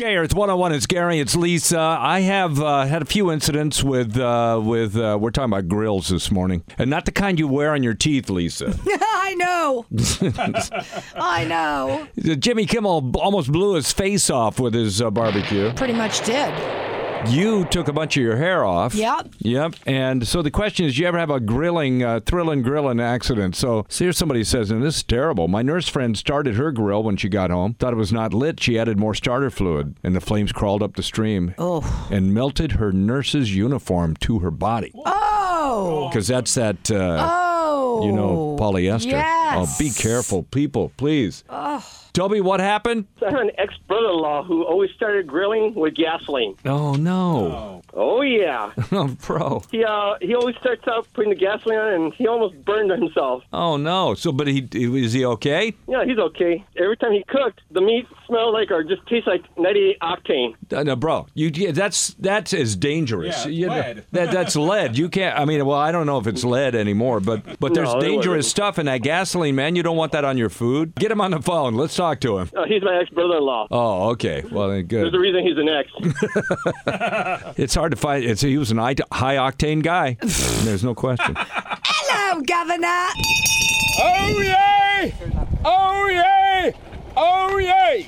Okay, it's one on one. It's Gary. It's Lisa. I have uh, had a few incidents with uh, with uh, we're talking about grills this morning, and not the kind you wear on your teeth, Lisa. I know. I know. Jimmy Kimmel b- almost blew his face off with his uh, barbecue. Pretty much did. You took a bunch of your hair off. Yep. Yep. And so the question is, do you ever have a grilling, uh, thrilling grilling accident? So, so here somebody says, and this is terrible. My nurse friend started her grill when she got home. Thought it was not lit. She added more starter fluid, and the flames crawled up the stream Oh. and melted her nurse's uniform to her body. Oh. Because that's that, uh, Oh. you know, polyester. Yes. Oh, be careful, people, please. Oh. Tell me what happened. I had an ex brother in law who always started grilling with gasoline. Oh, no. Oh, yeah. Oh, bro. he, uh, he always starts out putting the gasoline on and he almost burned himself. Oh, no. So, but he, is he okay? Yeah, he's okay. Every time he cooked, the meat smelled like or just tastes like 98 octane. Uh, no, bro, you yeah, that's that's as dangerous. Yeah, You know, lead. that that's lead. You can't. I mean, well, I don't know if it's lead anymore, but but there's No, it dangerous wasn't. stuff in that gasoline, man. You don't want that on your food. Get him on the phone. Let's talk to him. Uh, he's my ex brother in law. Oh, okay. Well, then There's a good. reason he's an ex. It's hard to find. It's he was an high octane guy. There's no question. Hello, Governor. Oh yay! Oh yay! Oh yay!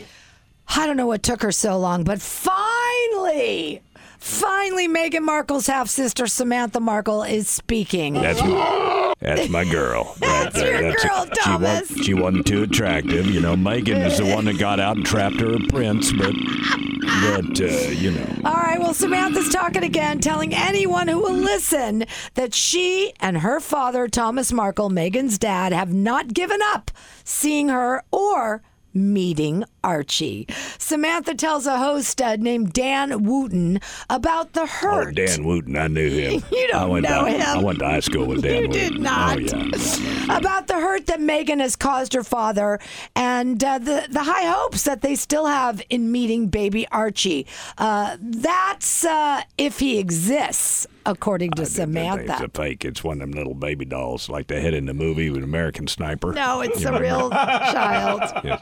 I don't know what took her so long, but finally, finally, Meghan Markle's half sister, Samantha Markle, is speaking. That's my, that's my girl. That's your girl, she wa- Thomas. she wasn't too attractive. You know, Megan is the one that got out and trapped her prince, but, but uh, you know. All right, well, Samantha's talking again, telling anyone who will listen that she and her father, Thomas Markle, Megan's dad, have not given up seeing her or meeting Archie. Samantha tells a host uh, named Dan Wooten about the hurt. Oh, Dan Wooten, I knew him. You don't I went know to, him. I went to high school with Dan You Wooten. did not. Oh, yeah. About the hurt that Megan has caused her father and uh, the, the high hopes that they still have in meeting baby Archie. Uh, that's uh, if he exists, according to It's a Samantha. fake. It's one of them little baby dolls like they had in the movie with American Sniper. No, it's You a remember? real child.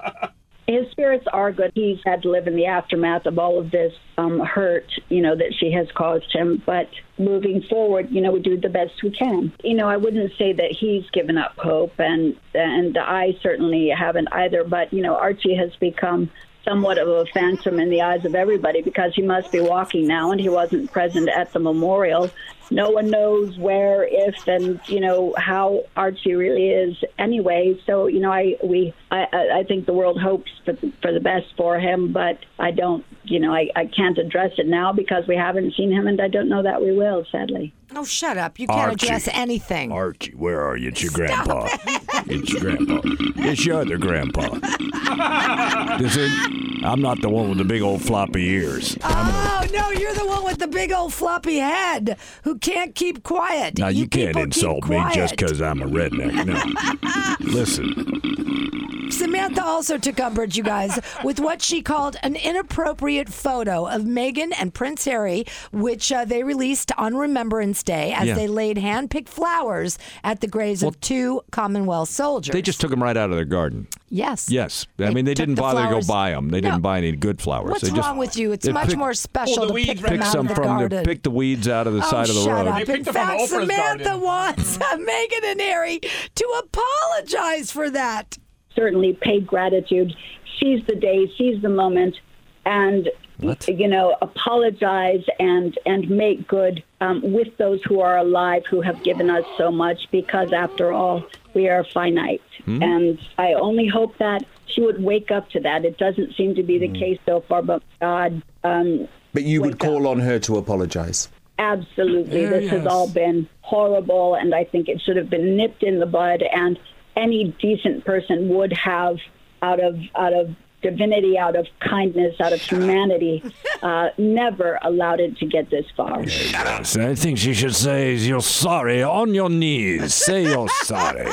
his spirits are good. He's had to live in the aftermath of all of this um, hurt, you know, that she has caused him. But moving forward, you know, we do the best we can. You know, I wouldn't say that he's given up hope, and and I certainly haven't either. But you know, Archie has become somewhat of a phantom in the eyes of everybody because he must be walking now, and he wasn't present at the memorial. No one knows where, if, and you know how Archie really is anyway. So you know, I we I- I, I think the world hopes for, for the best for him, but I don't. You know, I, I can't address it now because we haven't seen him, and I don't know that we will. Sadly. Oh, shut up. You can't Archie. address anything. Archie, where are you? It's your grandpa. It's your grandpa. It's your other grandpa. Does it? I'm not the one with the big old floppy ears. Oh, no, you're the one with the big old floppy head who can't keep quiet. Now, you, can't people keep insult me just quiet. because I'm a redneck. No. Listen, Samantha also took umbrage, you guys, with what she called an inappropriate photo of Meghan and Prince Harry, which uh, they released on Remembrance Day as Yeah. they laid hand-picked flowers at the graves of two Commonwealth soldiers. They just took them right out of their garden. yes, Yes, I They mean they took didn't the bother flowers- to go buy them. They No. didn't buy any good flowers. What's they just wrong with you? It's they much pick- more special Well, the to pick weeds them Pick out some of the from garden. the pick the weeds out of the Oh, side of the shut road. up. You In picked up on fact, Oprah's Samantha garden. wants Megan and Harry to apologize for that. certainly pay gratitude, seize the day, seize the moment, and you know apologize and and make good um, with those who are alive who have given us so much because after all we are finite and i only hope that she would wake up to that it doesn't seem to be the case so far but god um, But you would call on her to apologise. Absolutely. this has all been horrible, and I think it should have been nipped in the bud. And any decent person would have, out of out of divinity, out of kindness, out of humanity, uh, never allowed it to get this far. I think she should say you're sorry on your knees. Say you're sorry.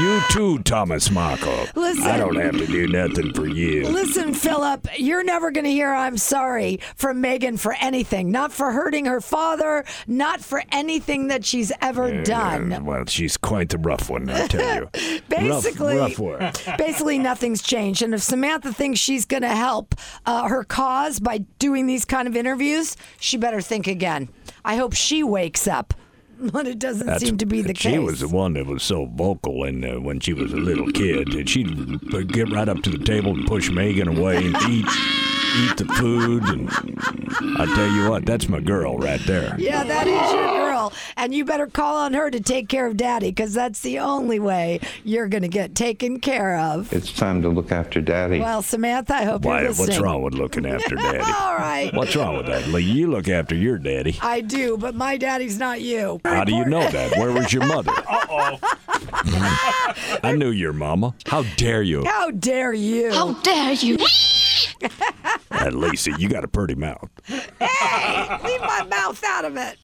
You too, Thomas Markle. Listen. I don't have to do nothing for you. Listen, Philip, you're never going to hear I'm sorry from Megan for anything. Not for hurting her father, not for anything that she's ever Uh, done. Well, she's quite the rough one, I tell you. Basically, rough, rough work. basically nothing's changed. And if Samantha thinks she's going to help uh, her cause by doing these kind of interviews, she better think again. I hope she wakes up. But it doesn't seem to be the she case. was the one that was so vocal, and uh, when she was a little kid, and she'd uh, get right up to the table and push Megan away and eat, eat the food. And I tell you what, that's my girl right there. Yeah, that is your girl. And you better call on her to take care of daddy because that's the only way you're going to get taken care of. It's time to look after daddy. Well, Samantha, I hope Why? you're listening. What's wrong with looking after daddy? All right. What's wrong with that? Like, you look after your daddy. I do, but my daddy's not you. How do you know that? Where was your mother? Uh oh. I knew your mama. How dare you? How dare you? dare you? Uh, Lisa, you got a pretty mouth. Leave my mouth out of it.